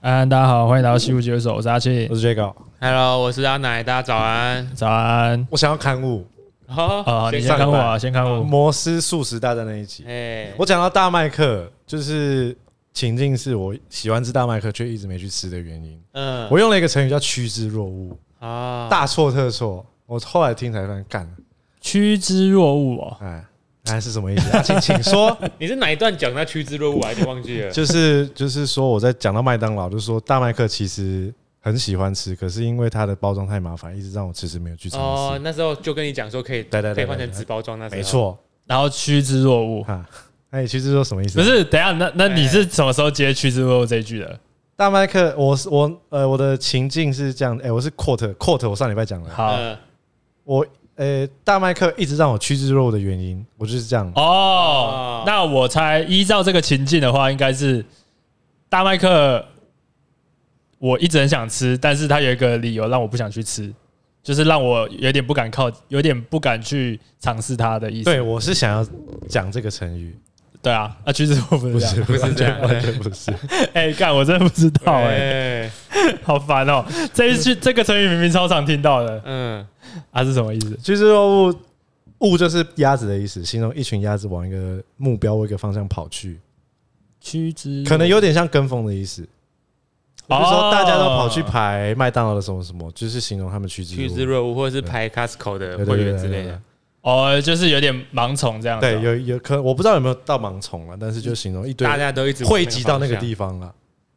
安，大家好，欢迎来到西湖解手，我是阿庆我，是 Jago， Hello，我是阿奶，大家早安。早安。我想要刊物好、啊，你先先上看我班啊，先看嗯《我。摩斯素食大战》那一集，哎，我讲到大麦克，就是情境是我喜欢吃大麦克却一直没去吃的原因。嗯，我用了一个成语叫趋之若鹜，啊，大错特错。我后来听才发现，干，趋之若鹜哦，哎，哎是什么意思？啊请请 说，你是哪一段讲那趋之若鹜，我还是忘记了？ 就是就是说我在讲到麦当劳，就是说大麦克其实很喜欢吃，可是因为它的包装太麻烦，一直让我迟迟没有去尝哦试。，那时候就跟你讲说可以，对对对可以换成哦对对纸包装，那时候没，错，然后趋之若鹜，哈，那你趋之若什么意思？不是？等一下，那那哎你是什么时候接趋之若鹜这一句的？大麦克，我是我呃，我的情境是这样，哎、我是 quote quote，我上礼拜讲了，好嗯我呃，大麦克一直让我趋之若鹜的原因，我就是这样，哦哦，那我猜依照这个情境的话，应该是大麦克，我一直很想吃，但是他有一个理由让我不想去吃，就是让我有点不敢靠，有点不敢去尝试它的意思。对我是想要讲这个成语，对啊，啊，趋之若鹜不不是这是样。不不是是这这样，样完全不是，哎，干，我真的不知道哎。哎，好烦哦！这一句这个成语明明超常听到的，嗯，啊是什么意思？趋之若鹜，鹜就是鸭子的意思，形容一群鸭子往一个目标或一个方向跑去，趋之可能有点像跟风的意思。比如说，大家都跑去排麦当劳的什么什么，就是形容他们趋之趋之若鹜。若鹜，或者是排 Costco 的对对会对员对之对类的。哦，就是有点盲从这样子哦。对，有有可我不知道有没有到盲从了，但是就形容一堆大家都一直汇集到那个方地方了，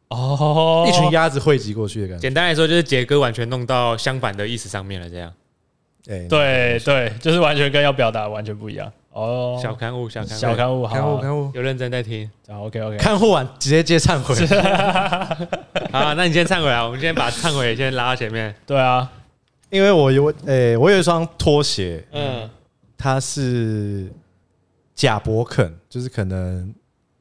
哦，一群鸭子汇集过去的感向。觉。简单来说，就是杰哥完全弄到相反的意思上面了，这样。哎，对对，就是完全跟要表达完全不一样哦。小刊物，小刊物，小刊物，看好护啊看护有认真在听。好，OK OK，看护完直接接忏悔。好，那你先忏悔啊，我们先把忏悔先拉到前 面。对啊，因为我有诶，我有一双拖鞋，嗯，它是假勃肯，就是可能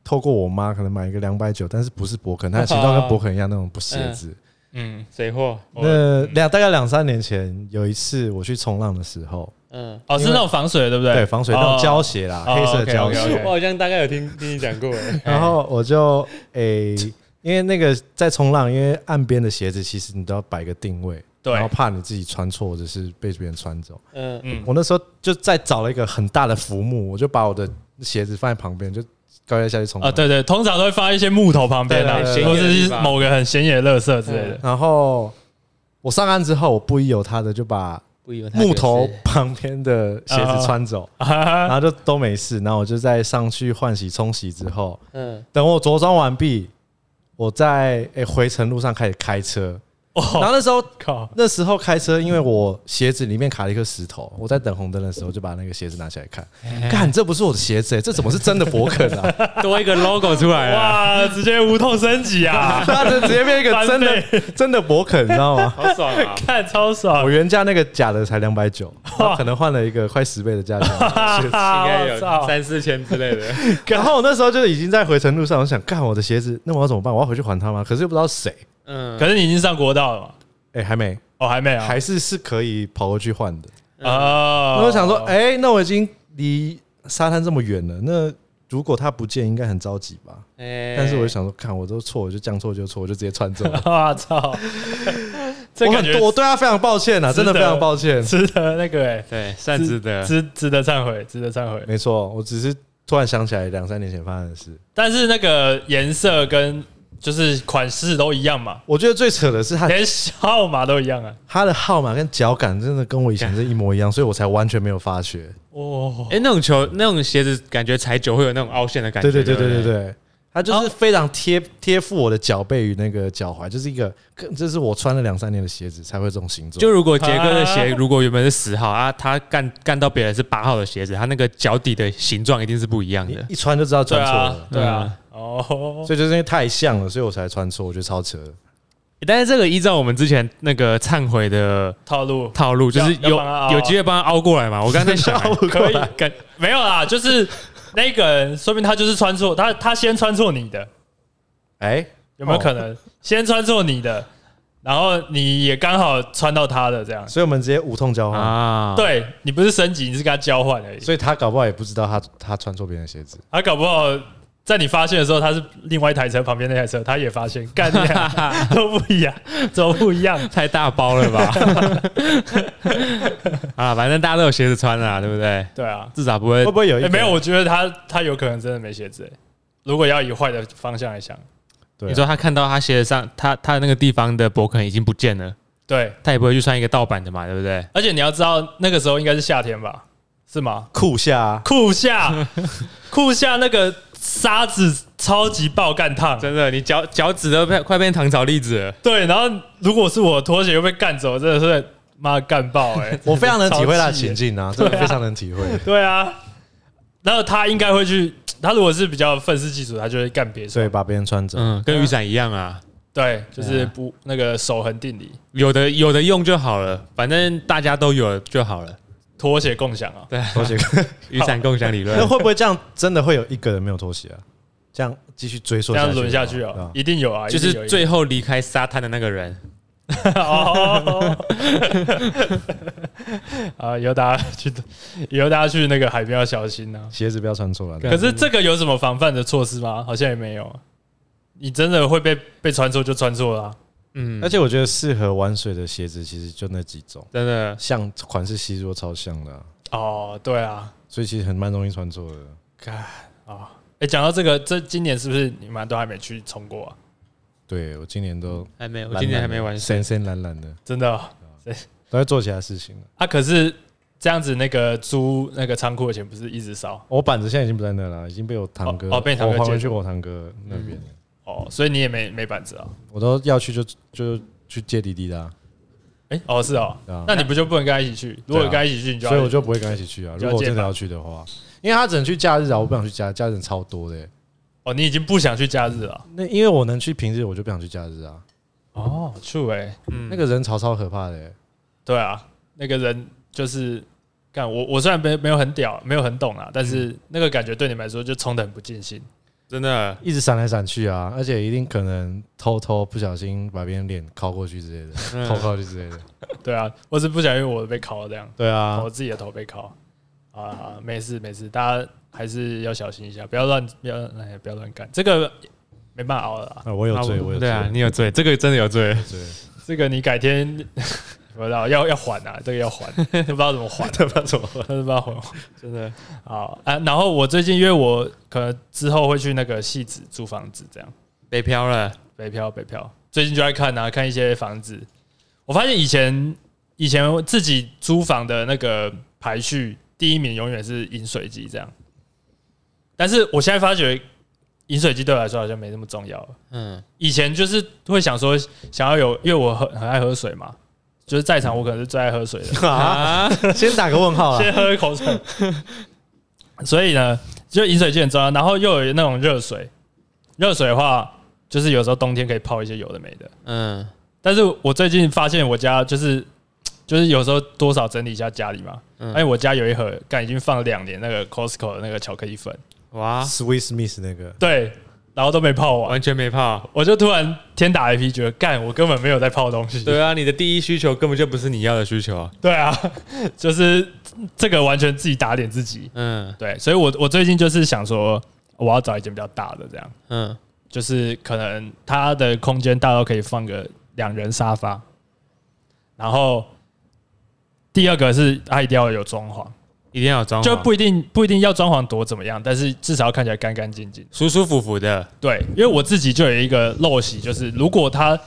透过我妈可能买一个两百九，但是不是勃肯，它的形状跟勃肯一样那种不鞋 子。嗯，水货，那两大概两三年前有一次我去冲浪的时候，嗯。哦是那种防水的对不对？对防水那种胶胶，鞋啦，哦黑色的胶 OK，OK，OK 鞋。我好像大概有听听你讲过，哎然后我就诶、因为那个在冲浪，因为岸边的鞋子其实你都要摆个定位，对然后怕你自己穿错或者是被别人穿走。 嗯，嗯，我那时候就再找了一个很大的浮木，我就把我的鞋子放在旁边，就高压下去冲浪。啊对对，通常都会放在一些木头旁边啊，对对对或者显眼的是地方某个很显眼的垃圾之类 的。然后我上岸之后，我不依有他的就把不以为他木头就是 旁边的鞋子穿走，啊哈哈然后就都没事。然后我就再上去换洗冲洗之后，嗯，等我着装完毕，我在诶、回程路上开始开车。然哦后那时候靠，那时候开车，因为我鞋子里面卡了一颗石嗯头，我在等红灯的时候就把那个鞋子拿起来看，哎看这不是我的鞋子、欸，这怎么是真的勃肯 啊？多一个 logo 出来啊了，哇，直接无痛升级 啊！它这直接变一个真翻的真的勃肯，你知 道吗？好爽 啊！看超爽我，原价那个假的才两 百九，我可能换了一个快十倍的价钱。应该我有操！三四千之类的，然后我那时候就已经在回程路上，我想干我的鞋子，那我要怎么办？我要回去还他吗？可是又不知道谁，嗯，可是你已经上国道了嘛？哎、还没，哦，还没啊？还是是可以跑过去换的。啊？那我想说，哎、那我已经离沙滩这么远了，那如果他不见，应该很着急吧？哎但是我就想说，看我都错，我就将错就错，我就直接穿走了。我 操！ 这我感很觉多我对他非常抱歉啊，值真得的非常抱歉。值得那个哎，对，算值嗯得，值值得忏悔，值得忏悔。没错，我只是突然想起来两三年前发生的事。但是那个颜色跟就是款式都一样嘛，我觉得最扯的是他连号码都一样啊。他的号码跟脚感真的跟我以前是一模一样，所以我才完全没有发觉。哦，哎，那种球，那种鞋子，感觉踩久会有那种凹陷的感对觉，对对对对对不，对，他就是哦非常贴贴附我的脚背与那个脚踝，就是一个，这是我穿了两三年的鞋子才会这种形状。就如果杰哥的鞋啊如果原本是十号啊，他干干到别人是八号的鞋子，他那个脚底的形状一定是不一样你的，一穿就知道对穿错啊了，，嗯对啊，哦，所以就是因为太像了，所以我才穿错，我觉得超扯的。但是这个依照我们之前那个忏悔的套路套路，就是要要有帮他凹啊有机会帮他凹过来嘛，我刚才 在想，哎可以感没有啦，就是那个人，说明他就是穿错，他他先穿错你的，哎，有没有哦可能先穿错你的，然后你也刚好穿到他的这样？所以我们直接无痛交换。啊，对你不是升级，你是跟他交换而已。所以他搞不好也不知道他他穿错别人的鞋子，他搞不好在你发现的时候，他是另外一台车旁边那台车，他也发 现，干你啊都不一样，都不一样。太大包了 吧？啊，反正大家都有鞋子穿啦，对不对？对啊，至少不会会不会有一欸个没有，我觉得他他有可能真的没鞋子、欸。如果要以坏的方向来想，对啊你说他看到他鞋子上，他他那个地方的勃肯已经不见了，对，他也不会去穿一个盗版的嘛，对不对？而且你要知道，那个时候应该是夏天吧？是吗？酷下啊？酷 夏，酷夏那个沙子超级爆干烫，真的，你脚脚趾都快快变糖炒栗子了。对。然后如果是我拖鞋又被干走，真的是妈干爆 哎、欸 我非常能体会他的情超气境啊，真的非常能体会。欸。对啊，然后他应该会去，他如果是比较愤世嫉俗，他就会干别所以人。把别人穿走，嗯，跟雨伞一样啊，对，就是不那个守恒定理，有的有的用就好了，反正大家都有就好了。拖鞋共享啊。拖鞋。雨伞共享理论那，会不会这样真的会有一个人没有拖鞋啊？这样继续追溯这下去，样轮下去对啊吧，一定有啊， 就一定有是一定有最后离开沙滩的那个人。 哦， 啊，以后大家去，以后大家去那个海边要小心啊。鞋子不要穿错了。可可是这个有什么防范的措施吗？好像也没有啊。你真的会被被穿错就穿错啊啦、嗯而，且我觉得适合玩水的鞋子其实就那几种，真的，像款式西装超像的啊、哦，对啊，所以其实很蛮容易穿错的。看啊，哎、讲到这个，这今年是不是你们都还没去冲过啊？对我今年都还没，懒懒的，我今年还没完成。深深懒懒的，真的哦都在做其他事情了。啊？可是这样子，那个租那个仓库的钱不是一直少我板子现在已经不在那了，已经被我堂哥哦哦被你堂哥我还回借去我堂哥那边了。哦，所以你也没没板子啊？我都要去就就去借弟弟的、啊，哎、哦是哦，对啊啊那你不就不能跟他一起去？如果跟他一起去，你就要所以我就不会跟他一起去啊。就如要果我借真的吧要去的话，因为他只能去假日啊，我不想去假假日人超多的欸、哦，你已经不想去假日了。那因为我能去平日，我就不想去假日啊。哦，true 哎、嗯那个人潮超可怕的、欸，对啊，那个人就是干我，我虽然没没有很屌，没有很懂啊，但嗯是那个感觉对你们来说就冲得很不尽兴。 真的，一直闪来闪去啊，而且一定可能偷偷不小心把别人脸靠过去之类的，嗯偷靠去之类 的。对啊，我是不小心我被烤了这样，对啊我，自己的头被烤啊，没事没事，大家还是要小心一下，不要乱不要哎不要乱干，这个没办法熬了啦，啊我有罪，我有罪。对啊，你有罪，这个真的有罪。有罪这个你改天 不知道要要还啊，这个要还，都不知道怎么还， 都不知道怎么还，都不知道还。真的，好啊，然后我最近因为我可能之后会去那个戏子租房子，这样北漂了，北漂北漂，最近就在看啊，看一些房子。我发现以前以前自己租房的那个排序，第一名永远是饮水机这样，但是我现在发觉饮水机对我来说好像没那么重要了。嗯，以前就是会想说想要有，因为我很很爱喝水嘛，就是在场我可能是最爱喝水的， 啊，先打个问号啊。先喝一口水。所以呢，就饮水机很重要，然后又有那种热水，热水的话，就是有时候冬天可以泡一些有的没的。嗯，但是我最近发现我家就是就是有时候多少整理一下家里嘛，嗯因为我家有一盒，干已经放了两年那个 Costco 的那个巧克力粉，哇， Swiss Miss 那个，对，然后都没泡完，完全没泡。我就突然天打雷劈，觉得干我根本没有在泡东西。对啊，你的第一需求根本就不是你要的需求啊。对啊， 就是这个完全自己打脸自己。嗯对，所以我我最近就是想说，我要找一间比较大的，这样嗯，就是可能它的空间大到可以放个两人沙发，然后第二个是它一定要有装潢，一定要有装潢，就不一定不一定要装潢多怎么样，但是至少要看起来干干净净。舒舒服服的。对，因为我自己就有一个陋习，就是如果它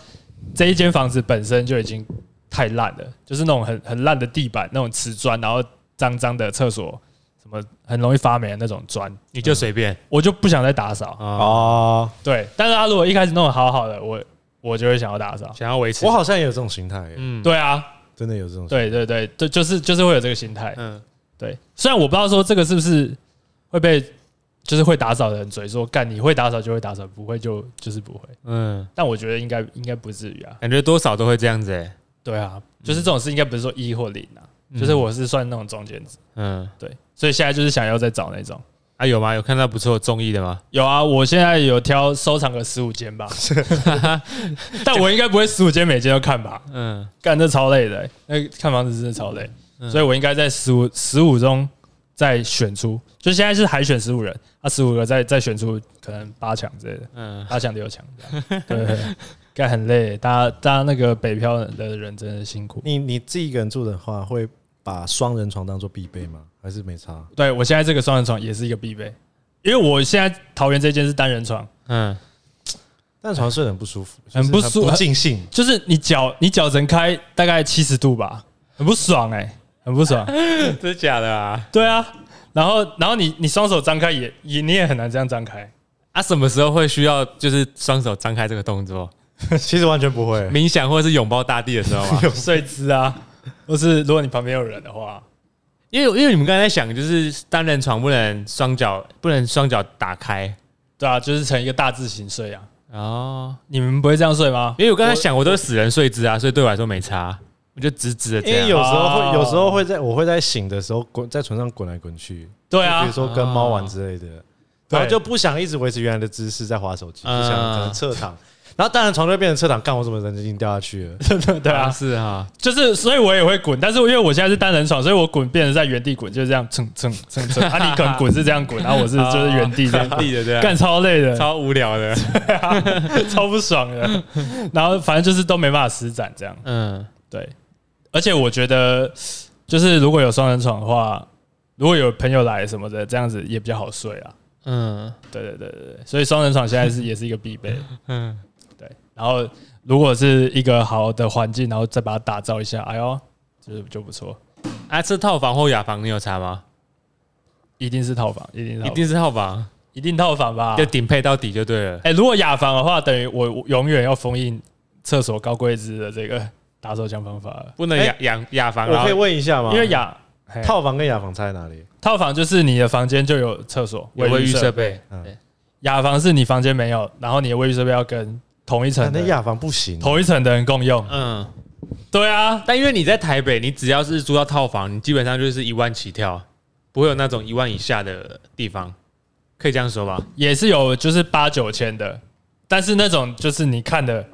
这一间房子本身就已经太烂了，就是那种很很烂的地板，那种瓷砖，然后脏脏的厕所，什么很容易发霉的那种砖。你就随便我就不想再打扫。啊，哦，对，但是他如果一开始弄得好好的，我我就会想要打扫。想要维持我，好像也有这种心态欸，嗯，对啊，真的有这种。对对对，就就是就是会有这个心态。嗯，对，虽然我不知道说这个是不是会被就是会打扫的人嘴说干你会打扫就会打扫，不会就就是不会。嗯，但我觉得应该应该不至于啊。感觉多少都会这样子、欸，对啊，就是这种事应该不是说一或零啊，就是我是算那种中间值。嗯，对，所以现在就是想要再找那种。啊有吗？有看到不错的综艺的吗？有啊，我现在有挑收藏个十五间 吧， 但我应该不会十五间每间都看吧。嗯，干这超累的欸、那看房子真的超累，嗯所以我应该在十五十五中再选出，就现在是海选十五人，啊，十五个再再选出可能八强之类的，嗯，八强六强这样，对，该很累，欸大家大家那个北漂的人真的辛苦。你你自己一个人住的话，会把双人床当做必备吗？还是没差？对我现在这个双人床也是一个必备，因为我现在桃园这间是单人床，嗯，但床睡得很不舒服，很就是不舒不 尽兴。就是你脚你脚整开大概七十度吧，很不爽哎、很不爽。 真假的啊？对啊，然后然后你你双手张开也也你也很难这样张开，啊，什么时候会需要就是双手张开这个动作？其实完全不会，冥想或者是拥抱大地的时候吗？睡姿啊，或是如果你旁边有人的话，因为因为你们刚才在想，就是单人床不能双脚不能双脚打开对啊，就是成一个大字型睡啊。哦，你们不会这样睡吗？因为我刚才想我都是死人睡姿啊，所以对我来说没差，我就直直的这因为样。哎有时候哦会，有时候会在我会在醒的时候滚在床上滚来滚去，对啊就比如，说跟猫玩之类的，对啊然后就不想一直维持原来的姿势在滑手机，嗯就想可能侧躺，然后当然床就会变成侧躺，干我怎么人就已经掉下去 了？对啊啊，是啊，就是所以我也会滚，但是因为我现在是单人床，所以我滚变成在原地滚，就是这样蹭蹭蹭蹭。啊，你可能滚是这样滚，然后我是就是原地这样原地的对啊，干超累的，超超无聊的。超不爽的。 然后反正就是都没办法施展这样。嗯，对，而且我觉得就是如果有双人床的话，如果有朋友来什么的，这样子也比较好睡啊。嗯对对对对对，所以双人床现在是也是一个必备。嗯， 对，然后如果是一个好的环境，然后再把它打造一下，哎呦，就是就不错。啊，这套房或雅房你有差吗？一定是套房，一定是套一房定是套房，一定套房吧就？顶配到底就对了。哎、如果雅房的话，等于我我永远要封印厕所高贵之的这个打手枪方法了，不能哎雅雅雅房，我然可以后问一下吗？因为雅嘿套房跟雅房差在哪里？套房就是你的房间就有厕所、有卫浴设设备。备，雅房是你房间没有，然后你的卫浴设备要跟同一层啊的那雅房不行，同一层的人共用。嗯，对啊，但因为你在台北，你只要是租到套房，你基本上就是一万起跳，不会有那种一万以下的地方，可以这样说吧？也是有就是八九千的，但是那种就是你看的，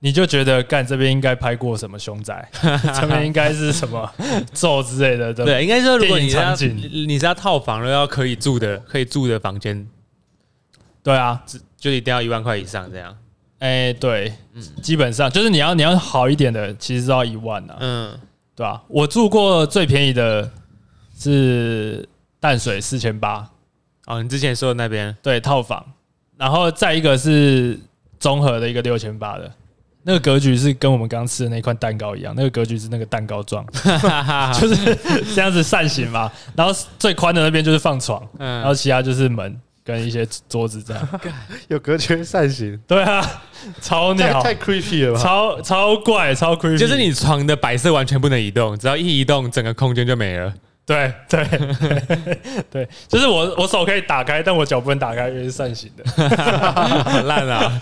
你就觉得干这边应该拍过什么凶宅， 这边应该是什么咒之类的，对不对？对，应该说如果你是要电影场你是要套房了，要可以住的可以住的房间，对啊，就一定要一万块以上这样。哎、对，嗯基本上就是你要你要好一点的，其实都要一万啊，嗯，对啊，我住过最便宜的是淡水四千八，哦，你之前说的那边，对套房，然后再一个是综合的一个六千八的，那个格局是跟我们刚吃的那块蛋糕一样，那个格局是那个蛋糕 状，就是这样子扇形嘛。然后最宽的那边就是放床，然嗯后，其他就是门跟一些桌子这样。有隔绝扇形，对啊，超太鸟，太 creepy 了吧？超超怪，超 creepy，就是你床的摆设完全不能移动，只要一移动，整个空间就没 了。对对对，就是我我手可以打开，但我脚不能打开，因为是扇形的。好烂啊！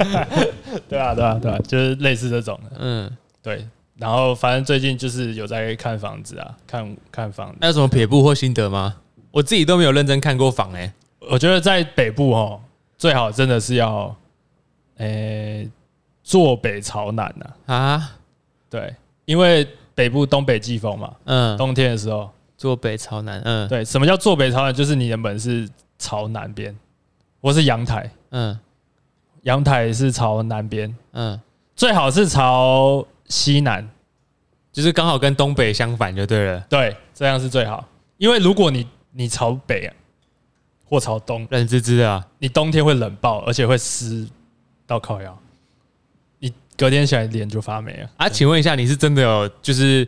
对啊对啊对啊，就是类似这种的。嗯，对，然后反正最近就是有在看房子啊，看看房子。那有什么撇步或心得吗？我自己都没有认真看过房哎、我觉得在北部哦，最好真的是要，诶、坐北朝南呐、啊。啊，对，因为北部东北季风嘛，嗯，冬天的时候，坐北朝南，嗯，对，什么叫坐北朝南？就是你的门是朝南边，或是阳台，嗯阳台是朝南边，嗯，最好是朝西南，就是刚好跟东北相反就对了，对，这样是最好。因为如果你你朝北、啊、或朝东，冷滋滋的、啊，你冬天会冷爆，而且会湿到靠腰，你隔天起来脸就发霉了。啊，请问一下，你是真的有就是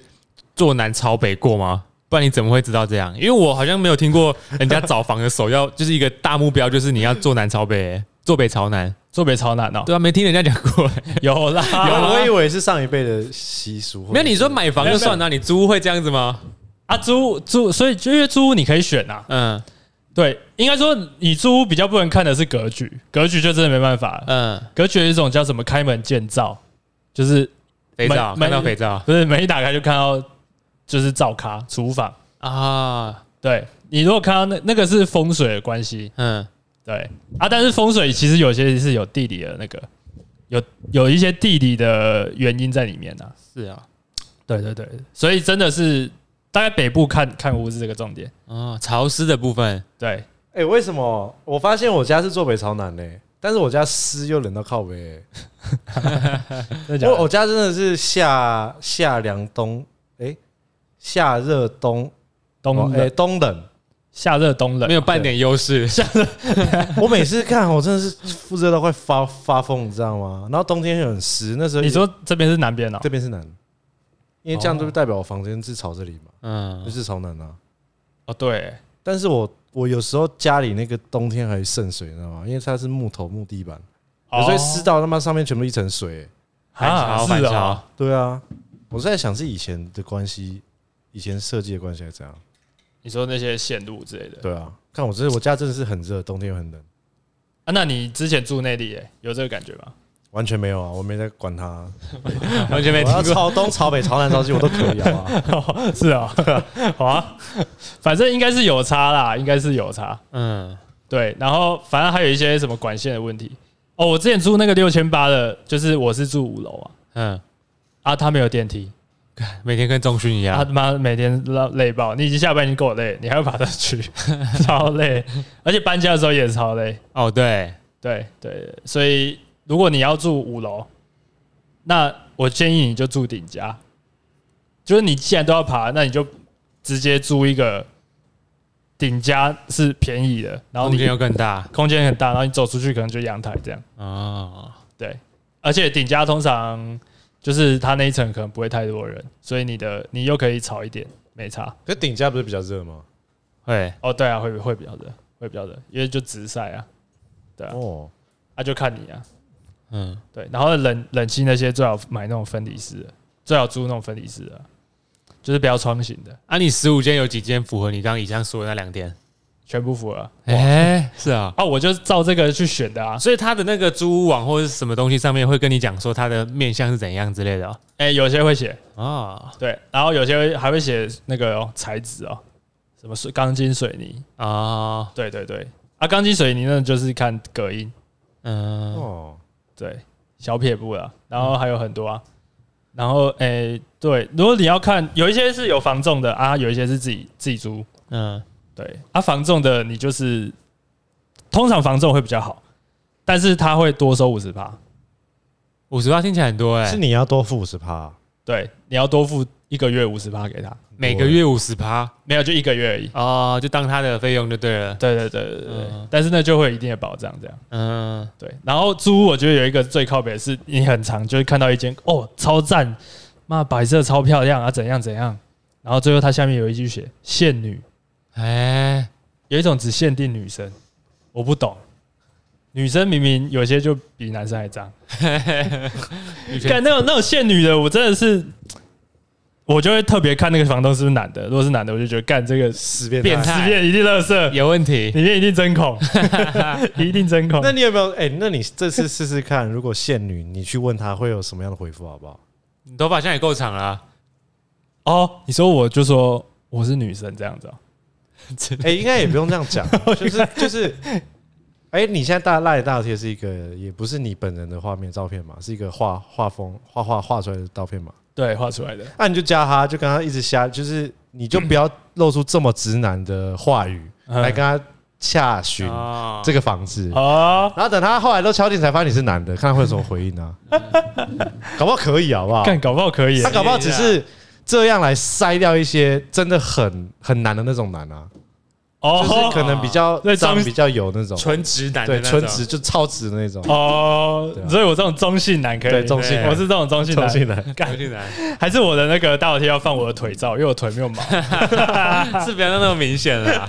坐南朝北过吗？不然你怎么会知道这样？因为我好像没有听过人家找房的首要就是一个大目标，就是你要坐南朝北、欸坐北朝南。坐北朝南哦，对啊，没听人家讲过、欸。 有啊啦，有，吗我以为是上一辈的习俗。 没有，你说买房就算了、你租屋会这样子吗？啊，租屋租，所以就因为租屋你可以选啊。嗯对，应该说你租屋比较不能看的是格局，格局就真的没办法了。嗯，格局有一种叫什么开门见灶，就是肥皂买看到买肥皂不是门一打开就看到就是灶咖厨房。啊，对你如果看到那那个是风水的关系，嗯对啊，但是风水其实有些是有地理的那个，有有一些地理的原因在里面呐、啊。是啊，对对对，所以真的是大概北部看看屋是这个重点。哦，潮湿的部分，对，哎、为什么？我发现我家是坐北朝南嘞、但是我家湿又冷到靠北、真的假我的？我家真的是夏夏凉冬，哎、夏热冬冬哎、冷，冬冷。夏热冬冷，没有半点优 势。我每次看我真的是热到快发发疯，你知道吗？然后冬天又很湿，那时候你说这边是南边哦，这边是南，因为这样就代表我房间是朝这里嘛，就嗯，是朝南啊。哦对，但是我我有时候家里那个冬天还渗水，你知道吗？因为它是木头木地板，有时候湿到他妈上面全部一层水、哦啊，反潮是反哦潮，对啊，我是在想是以前的关系，以前设计的关系还是怎样？你说那些线路之类的对啊，看我这我家真的是很热，冬天又很冷，啊？那你之前住内地耶，有这个感觉吗？完全没有啊，我没在管 它。完全没我要听过。朝东、朝北、朝南、朝西，我都可以 啊。 是 啊，好啊，反正应该是有差啦，应该是有差。嗯，对，然后反正还有一些什么管线的问题。哦，我之前住那个六千八的，就是我是住五楼啊，嗯，啊，他没有电梯，啊每天跟中训一他样他，妈每天累累爆，你已经下班已经够累，你还要爬上 去，超累，而且搬家的时候也超累。哦，对，对对，对所以如果你要住五楼，那我建议你就住顶家，就是你既然都要爬，那你就直接租一个顶家是便宜的，然后空你间又更大空间很大，然后你走出去可能就阳台这样。哦，对，而且顶家通常就是它那一层可能不会太多人，所以你的你又可以吵一点，没差。可是顶家不是比较热吗？会哦，对啊，会会比较热，会比较热，因为就直晒啊，对哦，啊就看你啊，嗯，对，然后冷冷气那些最好买那种分离式的，最好租那种分离式的啊，就是不要窗型的，啊，你十五间有几间符合你刚刚以上说的那两点？全部符合啊。哎，是啊，啊，我就照这个去选的啊。所以他的那个租屋网或者是什么东西上面会跟你讲说他的面相是怎样之类的哦哎、有些会写哦对，然后有些会还会写那个、哦、材质哦，什么水钢筋水泥，哦，对对对，啊，钢筋水泥那就是看隔音，嗯，哦，对，小撇步啦，然后还有很多啊，然后诶、对，如果你要看，有一些是有防重的啊，有一些是自己自己租，嗯，对，啊，防重的你就是通常防重会比较好，但是他会多收五十趴，五十八听起来很多哎是，你要多付五十趴，对，你要多付一个月五十趴给他，每个月五十趴没有就一个月而已，欸哦，就当他的费用就对了。对对对对对对，嗯但是那就会有一定的保障这样。嗯，对，然后租屋我觉得有一个最靠北的是，你很常就会看到一间哦超赞，妈摆设超漂亮啊怎样怎样，然后最后它下面有一句写限女，哎，有一种只限定女生，我不懂，女生明明有些就比男生还脏，女权干那种那种限女的，我真的是，我就会特别看那个房东是不是男的，如果是男的，我就觉得干这个 十变变态态里面一定垃圾，有问题，里面一定针孔，一定针孔那。你有没有？哎、那你这次试试看，如果现女，你去问她会有什么样的回复，好不好？你头发现在也够长了啊，哦，你说我就说我是女生这样子、哦。 哎、应该也不用这样讲，就是就是，哎、你现在大赖大贴是一个，也不是你本人的画面照片嘛，是一个画画风画画画出来的照片嘛。对，画出来的。那、你就加他，就跟他一直瞎，就是你就不要露出这么直男的话语、嗯啊来跟他洽询哦这个房子。哦，然后等他后来都敲定才发现你是男的，看他会有什么回 应啊？搞不好可以，好不好？干啊搞不好可以他。搞不好只是这样来筛掉一些真的很很难的那种难啊，就哦，是可能比较对脏中、比较油那种，纯直男的对，那纯种直就超直的那种，哦对，啊所以我这种中性男可以。对中性男我是这种中性重男。新来。纯直男，还是我的那个大头贴要放我的腿照，因为我腿没有毛，是不要那么明显了 啦。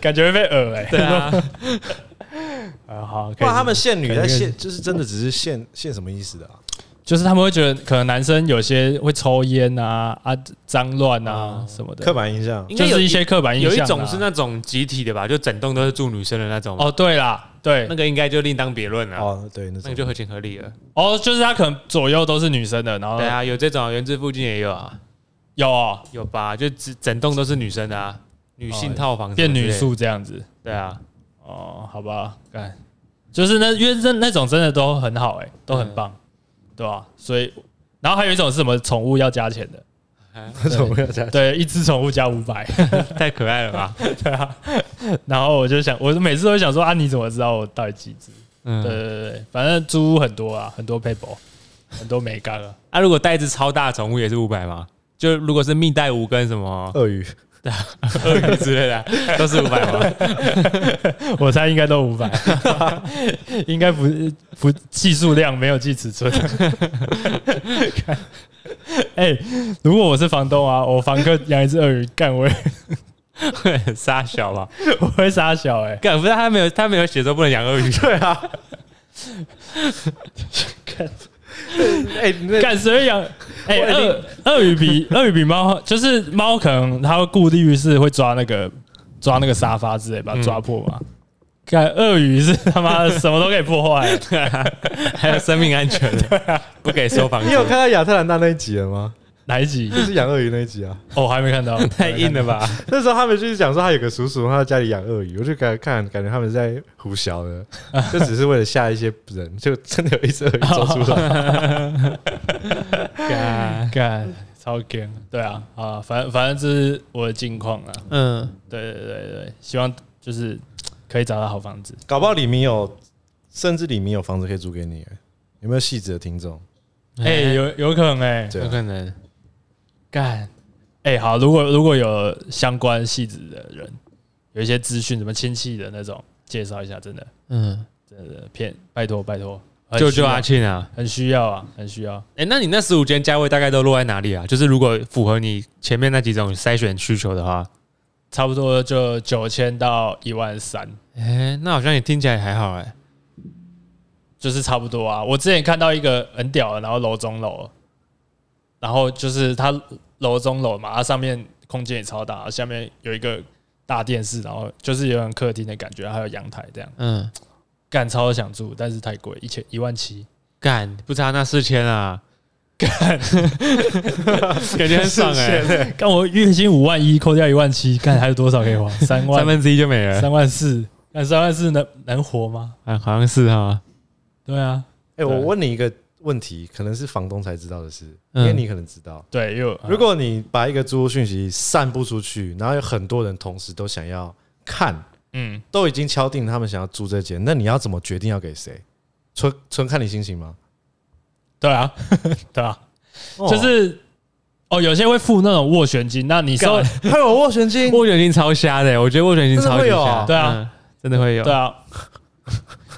感觉会被恶哎。对啊，啊，好，可不以然他们限女可以在可以限，就是真的只是限限什么意思的啊？就是他们会觉得，可能男生有些会抽烟啊、啊脏乱啊什么刻的，板印象应就该有是一些刻板印有象啊。一种是那种集体的吧，就整栋都是住女生的那种。哦，哦，对啦，对那，个应该就另当别论了，哦，对，那那个种就合情合理了。哦，就是他可能左右都是女生的，然后对啊，有这种原子附近也有啊，有哦有吧？就整整栋都是女生的啊，女性套房哦变女数。宿这样子。对啊，哦，好吧，干，就是那因为那那种真的都很好哎、都很棒，对吧、所以，然后还有一种是什么宠物要加钱的，为什么要加？对，一只宠物加五百， 太可爱了吧？ 对啊。然后我就想，我每次都会想说啊，你怎么知道我到底几只？对对嗯，对对，反正租屋很多啊，很多 paper，很多美干啊。 啊，如果带一只超大宠物也是五百吗？就如果是蜜袋鼯跟什么鳄鱼，鳄鱼之类的，都是五百吗？我猜应该都五百， 应该不不计数量，没有计尺寸。 看 哎、如果我是房东啊，我房客养一只鳄鱼，干我也傻小吧？ 我会傻小哎、干，不是他没有，他没有写说不能养鳄鱼。对啊， 哎，那干谁会 养？哎、我已经鳄鳄鱼比鳄鱼比猫，就是猫可能它会顾虑是会抓那个抓那个沙发之类，把嗯它抓破嘛。看鳄鱼是他妈的什么都可以破坏、 还有生命安全，不给收房你有租，看到亚特兰大那一集了吗？哪一集？就是养鳄鱼那一集啊。 哦，我还没看到， 太硬了吧？那时候他们就是讲说他有个叔叔，他在家里养鳄鱼，我就感看感觉他们是在胡聊的，就只是为了吓一些人，就真的有一只鳄鱼走出 来。干， 干超 g 对啊啊，反正反正这是我的近况啊。嗯，对对对对，希望就是可以找到好房子。搞不好李明有，甚至李明有房子可以租给你，有没有细致的听众？哎、有有可能哎、对有可能，干哎、好，如果如果有相关细致的人，有一些资讯，什么亲戚的那种，介绍一下，真的嗯，真的骗，拜托拜托，很救需救要阿，庆啊！很需要啊，很需要。哎，那你那十五间价位大概都落在哪里啊？就是如果符合你前面那几种筛选需求的话，差不多就九千到一万三，哎，那好像也听起来还好哎。就是差不多啊。我之前看到一个很屌的，然后楼中楼，然后就是它楼中楼嘛，它啊上面空间也超大，下面有一个大电视，然后就是有点客厅的感觉，还有阳台这样。嗯，干超想住，但是太贵，一千一万七，干，不差那四千啊，干， 感觉很爽哎，干我月薪五万一，扣掉一万七，干还有多少可以花？三三万，分之一就没了，三万四，干三万四能能活吗？啊，好像是哈，对啊，哎、我对问你一个问题，可能是房东才知道的事，因为嗯你可能知道。对，又如果你把一个租屋讯息散布出去，然后有很多人同时都想要看，嗯，都已经敲定他们想要租这间，那你要怎么决定要给谁？纯纯看你心情吗？对啊， 对啊，哦就是哦，有些会付那种斡旋金，那你收干还有斡旋金，斡旋金超瞎的欸，我觉得斡旋金超真的会级有瞎啊，对啊嗯，真的会 有对，啊，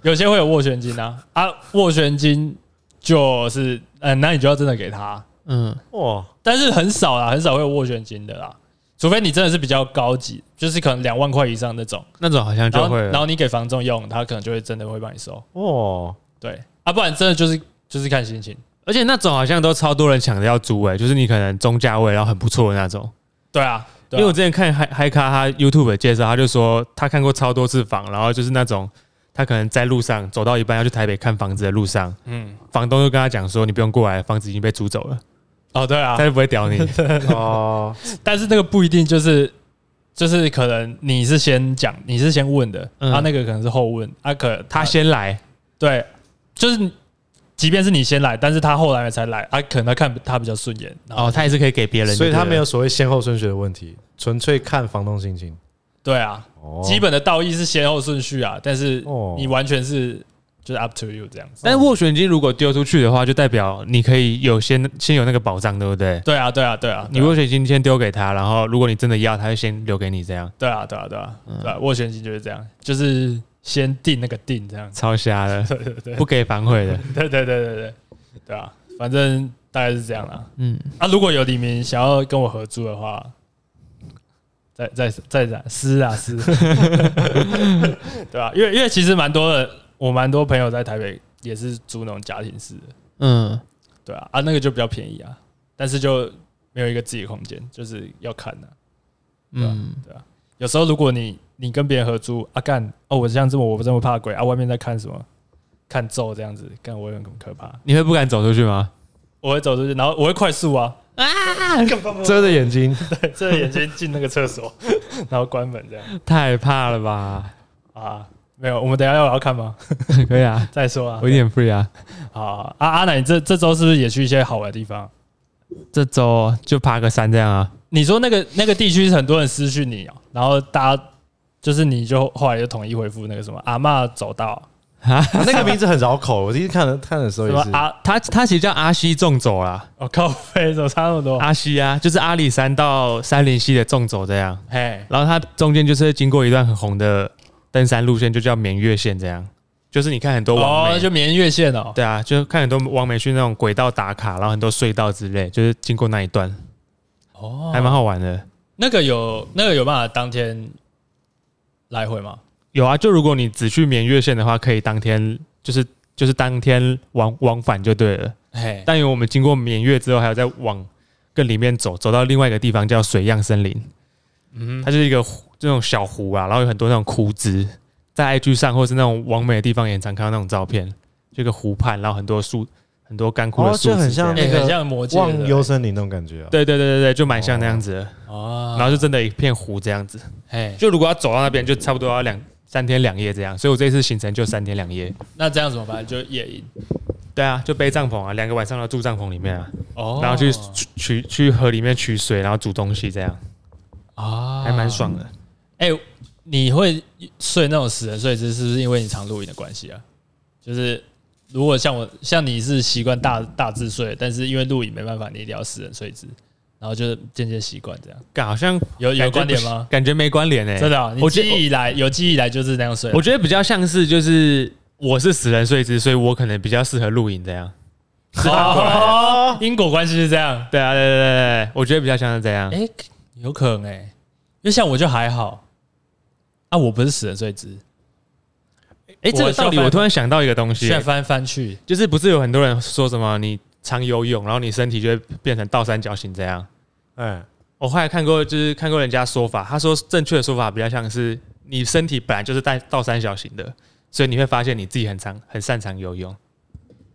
有些会有斡旋金啊，啊，斡旋金就是嗯、呃那你就要真的给他，嗯，哇，但是很少啦，很少会有斡旋金的啦，除非你真的是比较高级，就是可能两万块以上那种，那种好像然就后会然了，后你给房仲用，他可能就会真的会帮你收，哦，对啊，不然真的就是就是看心情，而且那种好像都超多人抢着要租哎，就是你可能中价位，然后很不错的那种。对啊，因对啊为我之前看嗨嗨咖他 YouTube 介绍，他就说他看过超多次房，然后就是那种他可能在路上走到一半要去台北看房子的路上，嗯房东就跟他讲说你不用过来，房子已经被租走了，哦对啊他，就不会屌你。 哦，但是那个不一定就是。就是可能你是先讲，你是先问的，他、嗯那个可能是后问，啊可他先来，对，就是你即便是你先来，但是他后来才来，啊，可能他看他比较顺眼，然后、哦，他也是可以给别人，所以他没有。所谓先后顺序的问题，纯粹看房东心情。对啊，哦，基本的道义是先后顺序啊，但是哦你完全是就是 up to you 这样子。但是斡旋金如果丢出去的话，就代表你可以有先先有那个保障，对不对？对啊，对啊，对啊，你对啊斡旋金先丢给他，然后如果你真的要，他就先留给你，这样对啊，对啊，对啊，对啊，斡旋金就是这样，就是先定那个定这样子。超瞎的，不给反悔的。 对对对对对，对啊，反正大概是这样啦。嗯，啊，如果有李明想要跟我合租的话，再再再再撕啊撕，对吧、因为因为其实蛮多的，我蛮多朋友在台北也是租那种家庭式的，嗯，对啊，啊那个就比较便宜啊，但是就没有一个自己的空间，就是要看的、对啊嗯，对啊。有时候如果你你跟别人合租，啊干哦，我像这么我这么怕鬼啊，外面在看什么看咒这样子，干我也很可怕，你会不敢走出去吗？我会走出去，然后我会快速啊，遮着眼睛， 这眼睛进那个厕所， 然后关门这样太怕了吧？ 啊？没有，我们等一下要要看吗？ 可以啊，再说啊。我有点 free 啊。好啊，阿阿奶，你这这周是不是也去一些好玩的地方？这周就爬个山这样啊。你说那个那个地区是很多人私讯你哦，然后大家就是你就后来就统一回复那个什么阿嬷走到啊那个名字很绕口，我第一次看了看的时候什也么是。啊阿他他其实叫阿西纵走啦，哦靠背怎么差那么多？阿西啊，就是阿里山到三林溪的纵走这样。哎，然后它中间就是经过一段很红的登山路线，就叫绵月线这样。就是你看很多网哦媒，就绵越线哦，对啊，就看很多网美去那种轨道打卡，然后很多隧道之类，就是经过那一段，哦，还蛮好玩的。那个有那个有办法当天来回吗？有啊，就如果你只去绵月线的话，可以当天就是就是当天往往返就对了。哎，但因为我们经过绵月之后，还要再往更里面走，走到另外一个地方叫水漾森林，嗯哼，它就是一个湖这种小湖啊，然后有很多那种枯枝，在 IG 上或是那种网美的地方也常看到那种照片，就一个湖畔，然后很多树，很多干枯的哦树枝这就样、很像哎，那个很像魔戒的忘忧森林那种感觉啊。对对对对对，就蛮像那样子的。哦，然后就真的一片湖这样子。哎，就如果要走到那边，就差不多要两三天两夜这样。所以我这次行程就三天两夜。那这样怎么办？就野营对啊，就背帐篷啊，两个晚上都住帐篷里面啊，哦然后去取去河里面取水，然后煮东西这样，啊还蛮。爽的。哎，你会睡那种死人睡姿，是不是因为你常露营的关系啊？就是如果像我像你是习惯大大致睡，但是因为露营没办法，你一定要死人睡姿，然后就是渐渐习惯这样。干哦好像有有感觉关联不吗？感觉没关联诶、真的啊，你我觉记得忆以来有记忆以来就是那样睡啊。我觉得比较像是就是我是死人睡姿，所以我可能比较适合露营这样。哦，因果关系是这样。对啊，对对对对，我觉得比较像是这样。哎、有可能哎、因为像我就还好啊，我不是死人睡姿，哎，这我个道理我突然想到一个东西现欸、在翻翻去，就是不是有很多人说什么你常游泳，然后你身体就会变成倒三角形这样？哎，我后来看过，就是看过人家说法，他说正确的说法比较像是你身体本来就是带倒三角形的，所以你会发现你自己很常很擅长游泳，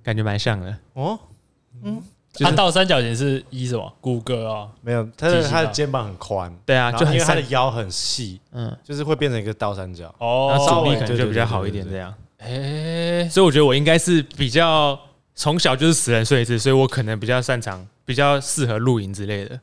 感觉蛮像的。哦，它、啊倒三角形是一什么骨骼哦，没有，他的体型他的啊肩膀很宽，对啊，然后就很因为他的擅腰很细，嗯，就是会变成一个倒三角。然后稍微阻力哦，可能就比较好一点这样。哎、所以我觉得我应该是比较从小就是死人睡一次，所以我可能比较擅长，比较适合露营之类的。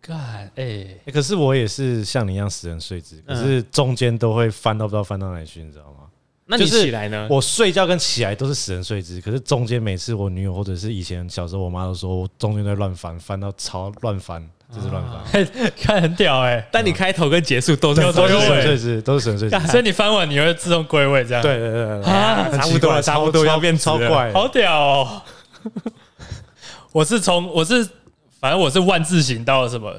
干哎、 欸可是我也是像你一样死人睡姿，可嗯是中间都会翻到不知道翻到哪里去，你知道吗？那你就是起来呢？我睡觉跟起来都是死人睡姿，可是中间每次我女友或者是以前小时候我妈都说我中间在乱翻，翻到超乱翻，啊就是乱翻，看很屌哎、但你开头跟结束啊都是有都有是死人欸睡姿，都是死人睡姿。所以你翻完你会自动归位这样，对对对对对，啊，很差不奇多怪了差超不多超要变直超了怪，好屌哦！ 我是从我是反正我是万字形到什么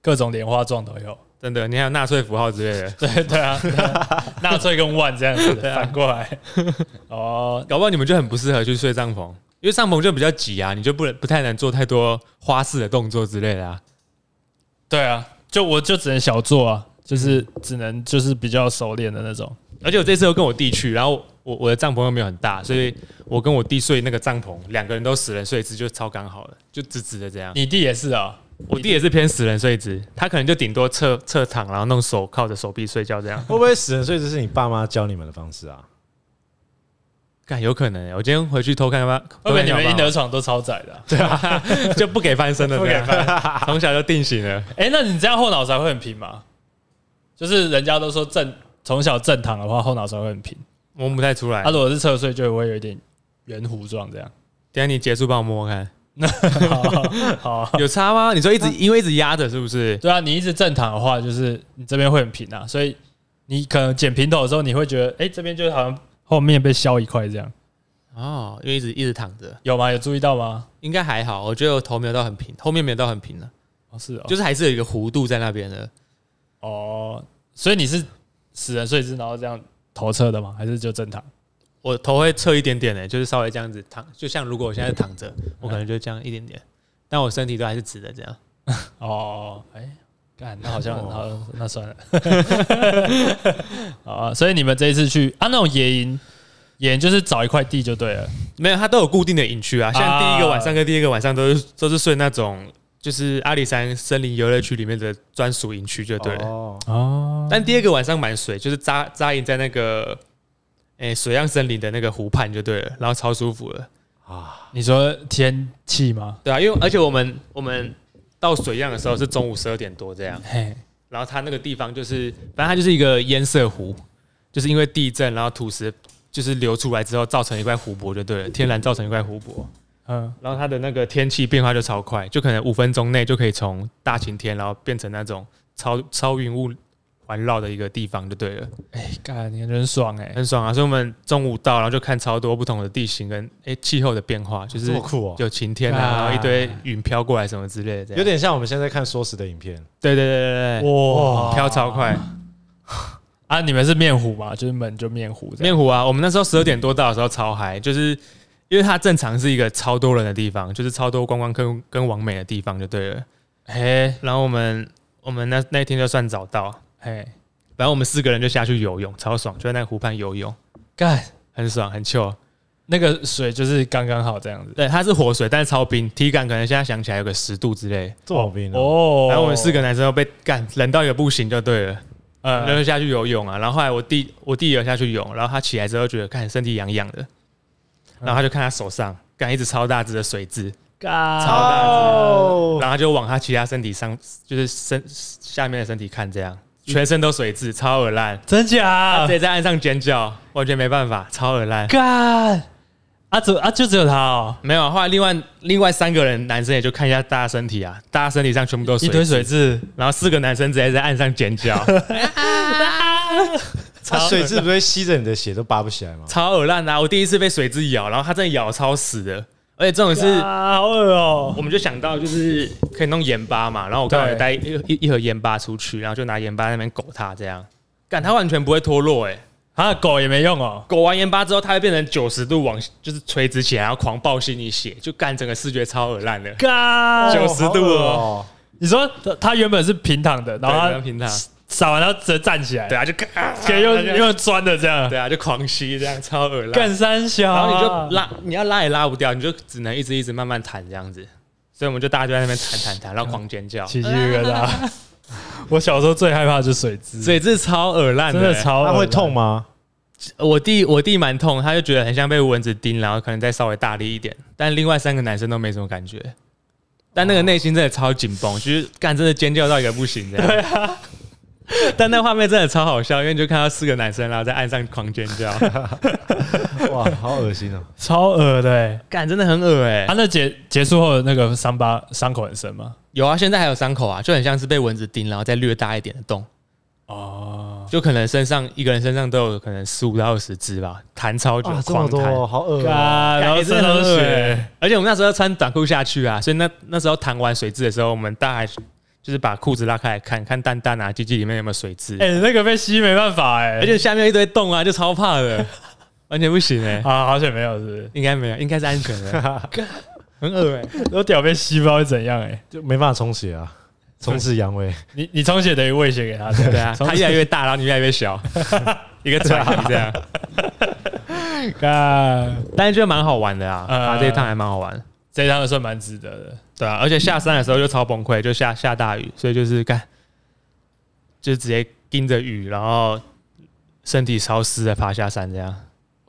各种莲花状都有。 真的，你还有纳粹符号之类的，对对啊，对啊纳粹跟万这样子 啊的反过来。哦，搞不好你们就很不适合去睡帐篷，因为帐篷就比较挤啊，你就不能不太能做太多花式的动作之类的啊。对啊，就我就只能小做啊，就是只能就是比较熟练的那种。而且我这次又跟我弟去，然后我我的帐篷又没有很大，所以我跟我弟睡那个帐篷，两个人都死人睡姿，就超刚好了，就直直的这样。你弟也是啊、我弟也是偏死人睡姿，他可能就顶多侧侧躺，然后弄手靠着手臂睡觉这样。会不会死人睡姿是你爸妈教你们的方式啊？看，有可能、欸。我今天回去偷看他，会不会你们婴的儿床都超窄的啊、 就不给翻身 的，不给翻， 从小就定型了。哎、那你这样后脑勺会很平吗？就是人家都说正从小正躺的话，后脑勺会很平。摸不太出来。他、如果是侧睡，就会有一点圆弧状这样。等一下你结束帮我摸摸看。好 好啊，有差吗？你说一直因为一直压着是不是？对啊，你一直正躺的话，就是你这边会很平啊，所以你可能剪平头的时候，你会觉得，哎、这边就好像后面被削一块这样，哦，因为一直一直躺着，有吗？有注意到吗？应该还好。我觉得我头没有到很平，后面没有到很平了，哦，是哦，就是还是有一个弧度在那边的。哦，所以你是死人睡姿，然后这样头侧的吗？还是就正躺？我头会侧一点点的、就是稍微这样子躺，就像如果我现在躺着，我可能就这样一点点，但我身体都还是直的这样。哦，哎、干，那好像好，那算了。 好啊，所以你们这一次去啊，那种野营，野营就是找一块地就对了。没有，它都有固定的营区啊，像第一个晚上跟第二个晚上都是都是睡那种就是阿里山森林游乐区里面的专属营区就对啊了。哦，哦，但第二个晚上蛮水，就是扎扎营在那个诶、水漾森林的那个湖畔就对了，然后超舒服了。啊，你说天气吗？对啊，因为而且我们我们到水漾的时候是中午十二点多这样，嘿，然后它那个地方就是，反正它就是一个堰塞湖，就是因为地震，然后土石就是流出来之后，造成一块湖泊就对了，天然造成一块湖泊。嗯，然后它的那个天气变化就超快，就可能五分钟内就可以从大晴天，然后变成那种超超云雾环绕的一个地方就对了，哎，干，你很爽哎、很爽啊！所以我们中午到，然后就看超多不同的地形跟诶气候的变化，就这是么酷哦，有晴天啊啊，然后一堆云飘过来什么之类的这样，有点像我们现在看缩时的影片，对对对对对，哇飘超快。啊！你们是面糊嘛？就是门就面糊这样。面湖啊，我们那时候十二点多到的时候超嗨，就是因为它正常是一个超多人的地方，就是超多观光客跟网美的地方就对了。嘿，然后我们我们那那一天就算早到，嘿，反正我们四个人就下去游泳，超爽，就在那个湖畔游泳，干，很爽很 chill。那个水就是刚刚好这样子。对，它是活水，但是超冰，体感可能现在想起来有个十度之类。这么冰哦，哦，然后我们四个男生都被干冷到一个不行就对了，然后呃，就下去游泳啊。然后后来我弟我弟也有下去游，然后他起来之后觉得看身体痒痒的，然后他就看他手上干一直超大只的水蛭，干超大哦然后他就往他其他身体上，就是身下面的身体看，这样全身都水蛭，超恶烂，真他假直？接在岸上尖叫，完全没办法，超恶烂。干啊，只啊就只有他哦，没有，啊后来另外另外三个人男生也就看一下大家身体啊，大家身体上全部都是一堆水蛭，然后四个男生直接在岸上尖 叫，它啊水质不会吸着你的血都拔不起来吗？超恶烂的啊、我第一次被水蛭咬，然后它真的咬超死的，而且这种是是。好恶哦。我们就想到就是可以弄盐巴嘛，然后我刚好对有带一一一盒盐巴出去，然后就拿盐巴在那边狗它这样，干它完全不会脱落哎、啊，狗也没用哦。狗完盐巴之后，它会变成九十度往就是垂直起来，然后狂暴吸你血，就干整个视觉超恶烂的。干，就90度哦你说它它原本是平躺的，然然后后它平常撒完它直接站起来，对啊，就干， 给它用就用钻的这样， 对啊，就狂吸这样超恶烂。干三小然啊，后你就拉，你要拉也拉不掉，你就只能一直一直慢慢弹这样子。所以我们就大家就在那边弹弹弹，然后狂尖叫，起鸡皮疙 瘩。我小时候最害怕的就是水蛭，所以这超恶烂真的、的欸超恶哦它心会痛。吗？我弟我弟蛮痛，他就觉得很像被蚊子叮，然后可能再稍微大力一点，但另外三个男生都没什么感觉，但那个内心真的超紧绷，就是干真的尖叫到一个不行这样。对啊， 但那画面真的超好笑，因为你就看到四个男生然后在岸上狂尖叫，哇，好恶心哦！超恶的、欸。 干真的很恶哎、他、那结结束后的那个伤疤伤口很深吗？有啊，现在还有伤口啊，就很像是被蚊子叮，然后再略大一点的洞，哦，就可能身上一个人身上都有可能十五到二十只吧，弹超久，啊，这么狂多弹。哦，好恶哦！干，然后身上都是血，而且我们那时候要穿短裤下去啊，所以那那时候弹完水蛭的时候，我们大家还就是把裤子拉开来看看蛋蛋啊、鸡鸡里面有没有水蛭，哎、那个被吸没办法哎、而且下面一堆洞啊，就超怕的， 完全不行哎、啊，好险没有是 不是？应该没有，应该是安全的， 很恶哎、如果屌被吸，不知道会怎样哎、 就没办法充血啊，充斥阳痿。你你充血等于喂血给 他，对对啊，它越来越大，然后你越来越 小，一个转移这样，干， 但是觉得蛮好玩的啊，呃爬这一趟还蛮好玩，这一趟算蛮值得的。对啊，而且下山的时候就超崩溃，就下下大雨，所以就是干，就直接盯着雨，然后身体潮湿的爬下山这样。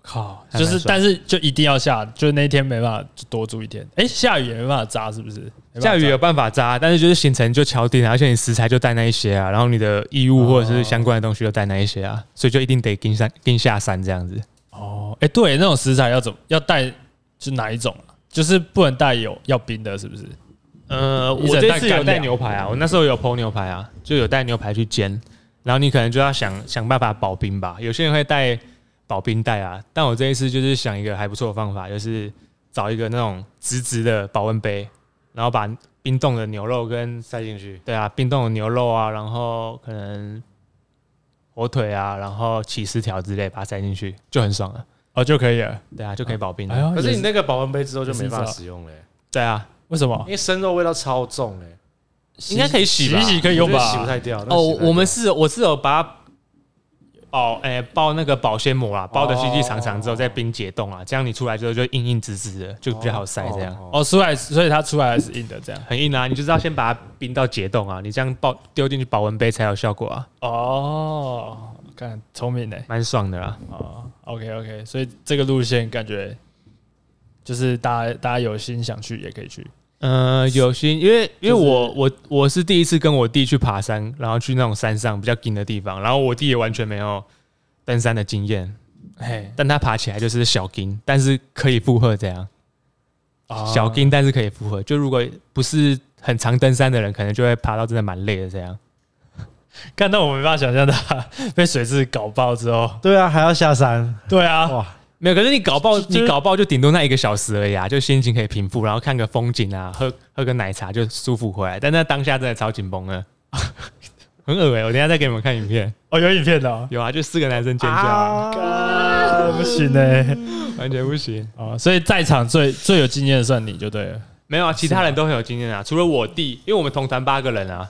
靠，还蛮就是爽但是就一定要下，就那天没办法就多住一天。哎、下雨也没办法扎，是不是？没办法下雨扎有办法扎，但是就是行程就敲定啊，而且你食材就带那一些啊，然后你的衣物或者哦是相关的东西就带那一些啊，所以就一定得跟山跟下山这样子。哦，哎、对，那种食材要怎么要带？是哪一种啊？就是不能带有要冰的，是不是？呃，一整我这次袋干有带粮牛排啊，我那时候有剖牛排啊，就有带牛排去煎，然后你可能就要想想办法保冰吧。有些人会带保冰袋啊，但我这一次就是想一个还不错的方法，就是找一个那种直直的保温杯，然后把冰冻的牛肉跟塞进去，对啊，冰冻的牛肉啊，然后可能火腿啊，然后起司条之类，把它塞进去就很爽了。哦，就可以了。对啊，就可以保冰了。哎呦，可是也你那个保温杯之后就没办法使用嘞，对啊，为什因么为生肉味道超重嘞，应该可以洗吧洗一洗可以用洗不吧？太掉。那个哦，洗不太我们掉是我是有把它包哎、包那个保鲜膜啊，包的细细长长之后再冰解冻啊，这样你出来之后就硬硬直直的，就比较好塞这样。哦哦哦，出来，所以它出来是硬的，这样。很硬啊，你就是要先把它冰到解冻啊，你这样爆丢进去保温杯才有效果啊，哦，看聪明呢。欸蛮爽的啊。哦，OK OK，所以这个路线感觉就是大家大家有心想去也可以去。呃，有心，因为因就为是我我我是第一次跟我弟去爬山，然后去那种山上比较近的地方，然后我弟也完全没有登山的经验，嘿，但他爬起来就是小筋，但是可以负荷这样，哦小筋但是可以负荷。就如果不是很常登山的人，可能就会爬到真的蛮累的这样。看到我没办法想象他 被水蛭搞爆之后，对啊，还要下山，对啊，哇，没有，可是你搞爆，就你搞爆就顶多那一个小时而已啊，就心情可以平复，然后看个风景啊，喝喝个奶茶就舒服回来。但那当下真的超紧绷的， 很恶欸！我等一下再给你们看影片。哦，有影片的、哦，有啊，就四个男生尖叫、啊，啊，不行呢、欸完全不行。哦，所以在场最最有经验的算你就对了。没有啊，其他人都很有经验啊，除了我弟，因为我们同团八个人啊，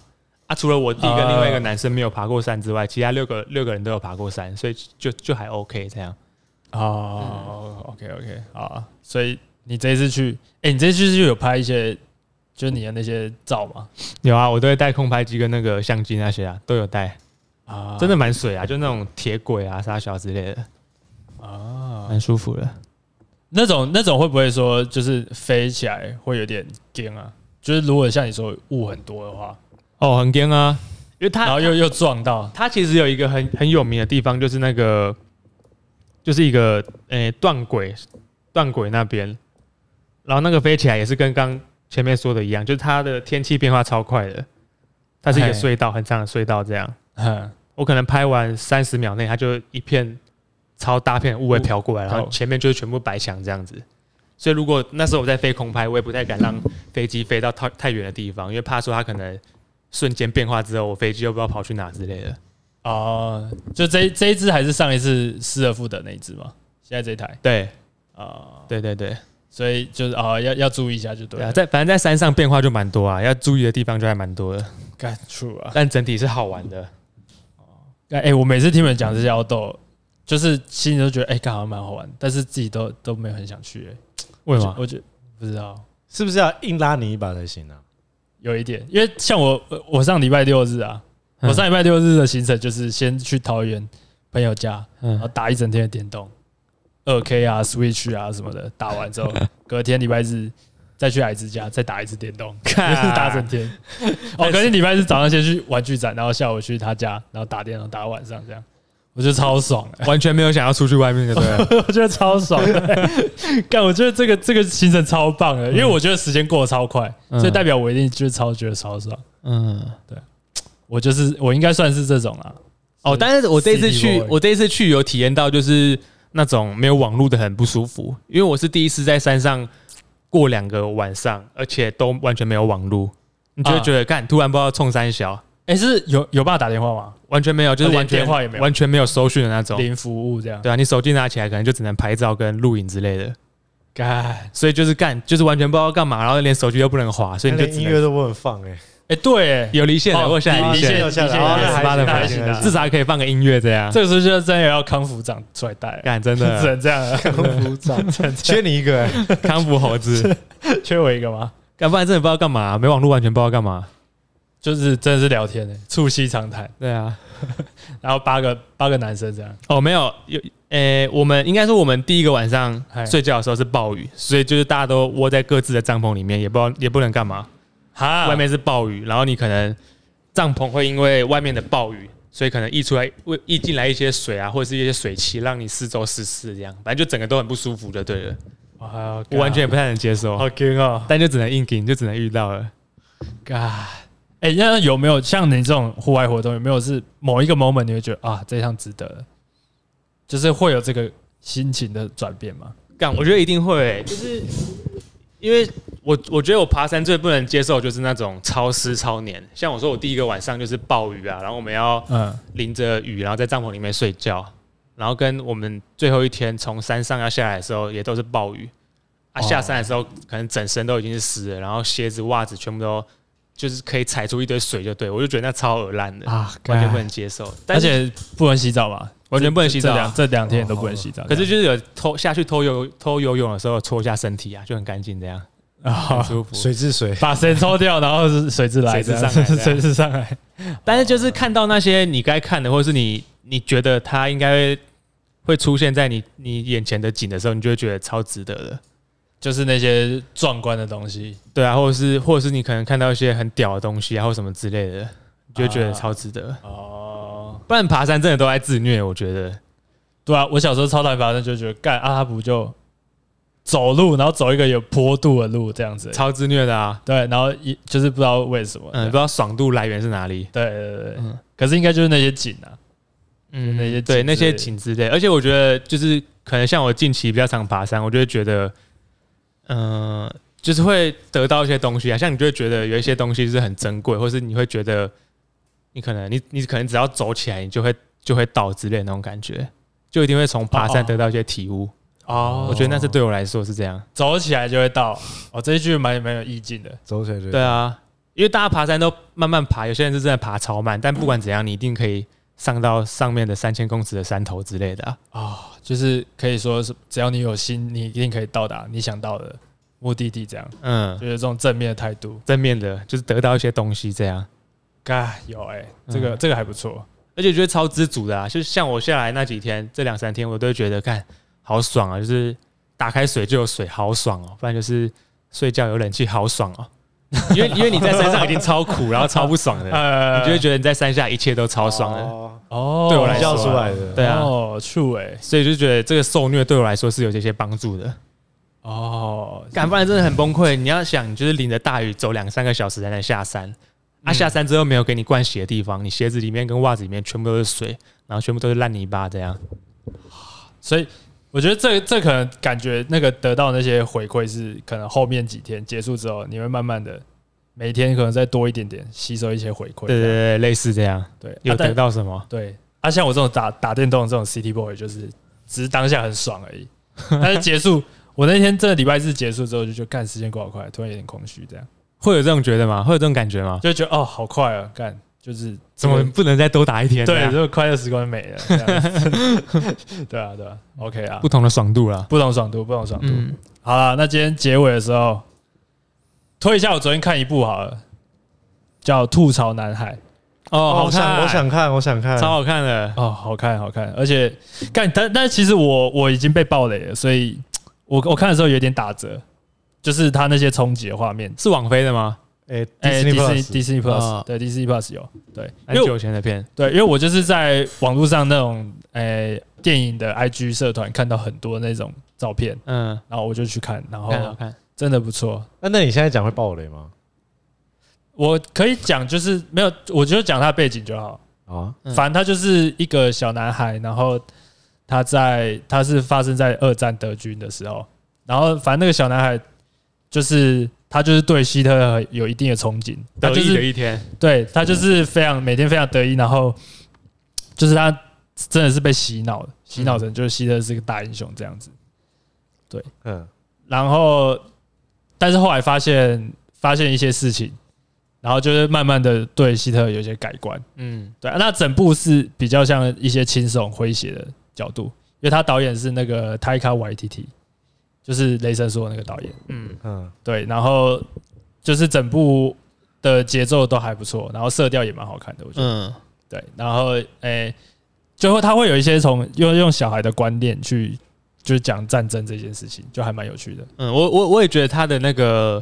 啊，除了我弟跟另外一个男生没有爬过山之外，其他六个六个人都有爬过山，所以就就还 OK 这样。哦、o k OK，好啊，所以你这一次去，哎、你这一次就有拍一些，就是你的那些照嘛？有啊，我都会带空拍机跟那个相机那些啊，都有带，啊，真的蛮水啊，就那种铁轨啊、沙小之类的，啊，蛮舒服的。那种那种会不会说就是飞起来会有点颠啊？就是如果像你说雾很多的话，哦，很颠啊，因为然它后又又撞到， 它其实有一个很很有名的地方，就是那个就是一个诶断轨断轨那边，然后那个飞起来也是跟刚前面说的一样，就是它的天气变化超快的，它是一个嘿隧道很长的隧道这样，嗯，我可能拍完三十秒内，它就一片超大片的雾会飘过来，雾然后前面就是全部白墙这样子。所以如果那时候我在飞空拍，我也不太敢让飞机飞到太太远的地方，因为怕说它可能瞬间变化之后，我飞机又不知道跑去哪之类的。哦、就这这一只还是上一次失而复得那一只嘛？现在这一台对啊、对对对，所以就是啊、要要注意一下就对对啊，了。在反正在山上变化就蛮多啊，要注意的地方就还蛮多的，干 true 啊！但整体是好玩的。哎、欸我每次听你们讲这些奥豆，就是心里都觉得哎，干、好像蛮好玩，但是自己都都没有很想去、欸。我为什觉么？我觉得不知道，是不是要硬拉你一把才行啊？有一点，因为像我我我上礼拜六日啊，嗯我上礼拜六日的行程就是先去桃园朋友家，嗯然后打一整天的电动，二 K 啊、Switch 啊什么的，打完 之后，隔天礼拜日再去矮子家再打一次电 动，就是打整 天。哦，隔天礼拜日早上先去玩具展，然后下午去他家，然后打电动打到晚上这样，我觉得超爽啊的，完全没有想要出去外面的，对了 我觉得超爽的。 干，我觉得这个这个行程超棒的，因为我觉得时间过得超快，所以代表我一定就是超觉得超爽。 嗯。我就是我应该算是这种啊。哦，但是我这一次去 City，Boy 我这一次去有体验到就是那种没有网络的很不舒服，因为我是第一次在山上过两个晚上，而且都完全没有网络，你就会啊觉得干、突然不知道冲山小，哎、是有有办法打电话吗？完全没有，就是连完全电话也没有完全没有搜讯的那种。零服务这样。对啊，你手机拿起来可能就只能拍照跟录影之类的，干，哎、所以就是干就是完全不知道干嘛，然后连手机都不能滑，所以你就连只音乐能都不能放哎，对、欸，有离线的，哦或下来离离线线有，下离线来，哦有那还18行的房还间行还行至少还可以放个音乐这样。这个时候就真的要康福长出来带了，干真 只的能这样啊了。康复长， 缺你一个欸，康复猴子， 缺我一个吗？干不然真的不知道干嘛，没网络完全不知道干嘛。就是真的是聊天的、促膝长谈，对啊，然后八个八个男生这样。哦，没有，有，诶、我们应该说我们第一个晚上嗨睡觉的时候是暴雨，所以就是大家都窝在各自的帐篷里面，也不知道也不能干嘛。哈外面是暴雨，然后你可能帐篷会因为外面的暴雨，所以可能溢出来会溢进来一些水啊，或者是一些水汽，让你四周湿湿这样，反正就整个都很不舒服就对了。哇我完全也不太能接受，好惊哦，但就只能硬顶，就只能遇到了。干。哎、那有没有像你这种户外活动，有没有是某一个 moment 你会觉得啊，这一趟值得了，就是会有这个心情的转变吗？干，我觉得一定会、欸就是因为我我觉得我爬山最不能接受就是那种超湿超黏。像我说，我第一个晚上就是暴雨啊，然后我们要嗯，淋着雨，然后在帐篷里面睡觉，然后跟我们最后一天从山上要下来的时候也都是暴雨啊，哦下山的时候可能整身都已经是湿了，然后鞋子袜子全部都就是可以踩出一堆水，就对我就觉得那超恶烂的，啊，完全不能接受。但而是且不能洗澡哦吧？完全不能洗澡这啊两这两天也都不能洗澡。可是就是有偷下去偷游偷游泳的时候搓一下身体啊，就很干净这样，很啊，舒服。水治水， 把绳抽掉，然后是水质来，水这蛭样 上来这样水质上来。但是就是看到那些你该看的，或者是你你觉得它应该会出现在你你眼前的景的时候，你就会觉得超值得的。就是那些壮观的东西。对啊，或者是或者是你可能看到一些很屌的东西啊，或什么之类的，你就会觉得啊超值得。哦，不然爬山真的都在自虐，我觉得。对啊，我小时候超讨厌爬山，就觉得干啊，他不就走路，然后走一个有坡度的路这样子。超自虐的啊，对，然后一就是不知道为什么，嗯，不知道爽度来源是哪里，对对对对，嗯可是应该就是那些景啊，嗯，那些景对那之类些的景之类，而且我觉得就是可能像我近期比较常爬山，我就会觉得，嗯、就是会得到一些东西啊，像你就会觉得有一些东西是很珍贵，或是你会觉得你可能你你可能只要走起来，你就会就会到之类的那种感觉，就一定会从爬山哦得到一些体悟。哦我觉得那是对我来说是这样，走起来就会到。哦，这一句蛮蛮有意境的，走起来就对啊，因为大家爬山都慢慢爬，有些人是真的爬超慢，但不管怎样，你一定可以上到上面的三千公尺的山头之类的啊。哦，就是可以说是只要你有心，你一定可以到达你想到的目的地。这样，嗯就，是这种正面的态度。正面的，就是得到一些东西这样，该有哎、这个、嗯这个还不错。而且觉得超知足的啊！就是像我下来那几天，这两三天我都会觉得，看好爽啊！就是打开水就有水，好爽哦、不然就是睡觉有冷气，好爽哦、 因为因为你在山上已经超苦，然后超不爽 的，呃，你就会觉得你在山下一切都超爽欸的。了，哦，对我来比较说出来的。对啊，哦，true 哎、所以就觉得这个受虐对我来说是有这些帮助的。哦，敢不然真的很崩溃。你要想，你就是淋着大雨走两三个小时才能下山，啊，下山之后没有给你灌洗的地方，你鞋子里面跟袜子里面全部都是水，然后全部都是烂泥巴，这样。所以我觉得这这可能感觉那个得到那些回馈是，可能后面几天结束之后，你会慢慢的每天可能再多一点点吸收一些回馈。对对对，类似这样。对，有啊但得到什么？对啊，像我这种打打电动的这种 City Boy，就是只是当下很爽 而已，但是结束。我那天真的礼拜日结束之后，就觉得干时间过好快，突然有点空虚，这样会有这种觉得吗？会有这种感觉吗？就觉得哦，好快啊，干就是怎么不能再多打一天？这对，样这个快乐时光没了，这样子 对啊，对啊，OK 啊不，同的爽度了。不同爽度，不同爽度。嗯，好了，那今天结尾的时候，推一下我昨天看一部好了，叫《吐槽男孩》哦，好我想看，我想看，我想看，超好看的。哦，好看，好看，而且干，但但其实我我已经被爆雷了，所以我我看的时候有点打折，就是他那些冲击的画面。是网飞的吗？哎哎，Disney，Disney Plus，Disney Plus，、哦对，Disney Plus 有，对，因很为我久以前的片，对，因为我就是在网络上那种诶、电影的 IG 社团看到很多那种照片，嗯，然后我就去看，然好看啊好后看。真的不错。那那你现在讲会爆雷吗？我可以讲就是没有，我就讲他背景就好。啊，嗯反正他就是一个小男孩，然后他在他是发生在二战德军的时候，然后反正那个小男孩就是他就是对希特勒有一定的憧憬，他得就意的是一天，对他就是非常每天非常得意，然后就是他真的是被洗脑的，洗脑成就是希特勒是个大英雄这样子。嗯，然后，但是后来发现发现一些事情，然后就是慢慢的对希特勒有一些改观。嗯，对、啊，那整部是比较像一些轻松诙谐的角度，因为他导演是那个 Taika Waititi，就是雷神说的那个导演。嗯，对，然后就是整部的节奏都还不错，然后色调也蛮好看的，我觉得。嗯，对，然后诶、最后他会有一些从用用小孩的观念去。就是讲战争这件事情，就还蛮有趣的。嗯，我我我也觉得他的那个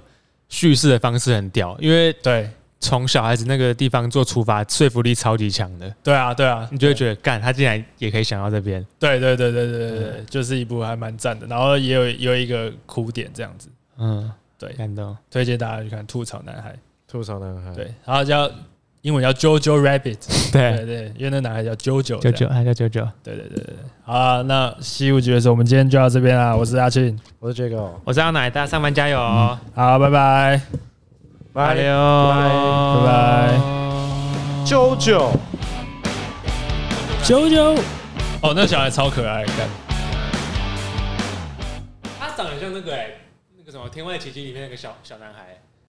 叙事的方式很屌，因为对，从小孩子那个地方做出发，说服力超级强的，对啊，对啊，你就会觉得干他竟然也可以想到这边，对对对对对对对，就是一部还蛮赞的，然后也有有一个哭点这样子，嗯，对感动，推荐大家去看《吐槽男孩吐槽男孩，》，，对，然后叫英文叫 JoJo Rabbit，对对，对，因为那男孩叫 JoJo，九九，他叫九这九，样对对对对对，好啊，那西武爵士，我们今天就到这边嗯啦，我是阿庆，我是 j a g 我是阿奶，大家上班加油哦，好，拜拜。拜加油哦拜拜嗯九九。九九，哦，那小孩超可爱，看，他长得像那个哎、那个什么《天外奇迹》里面那个小小男孩。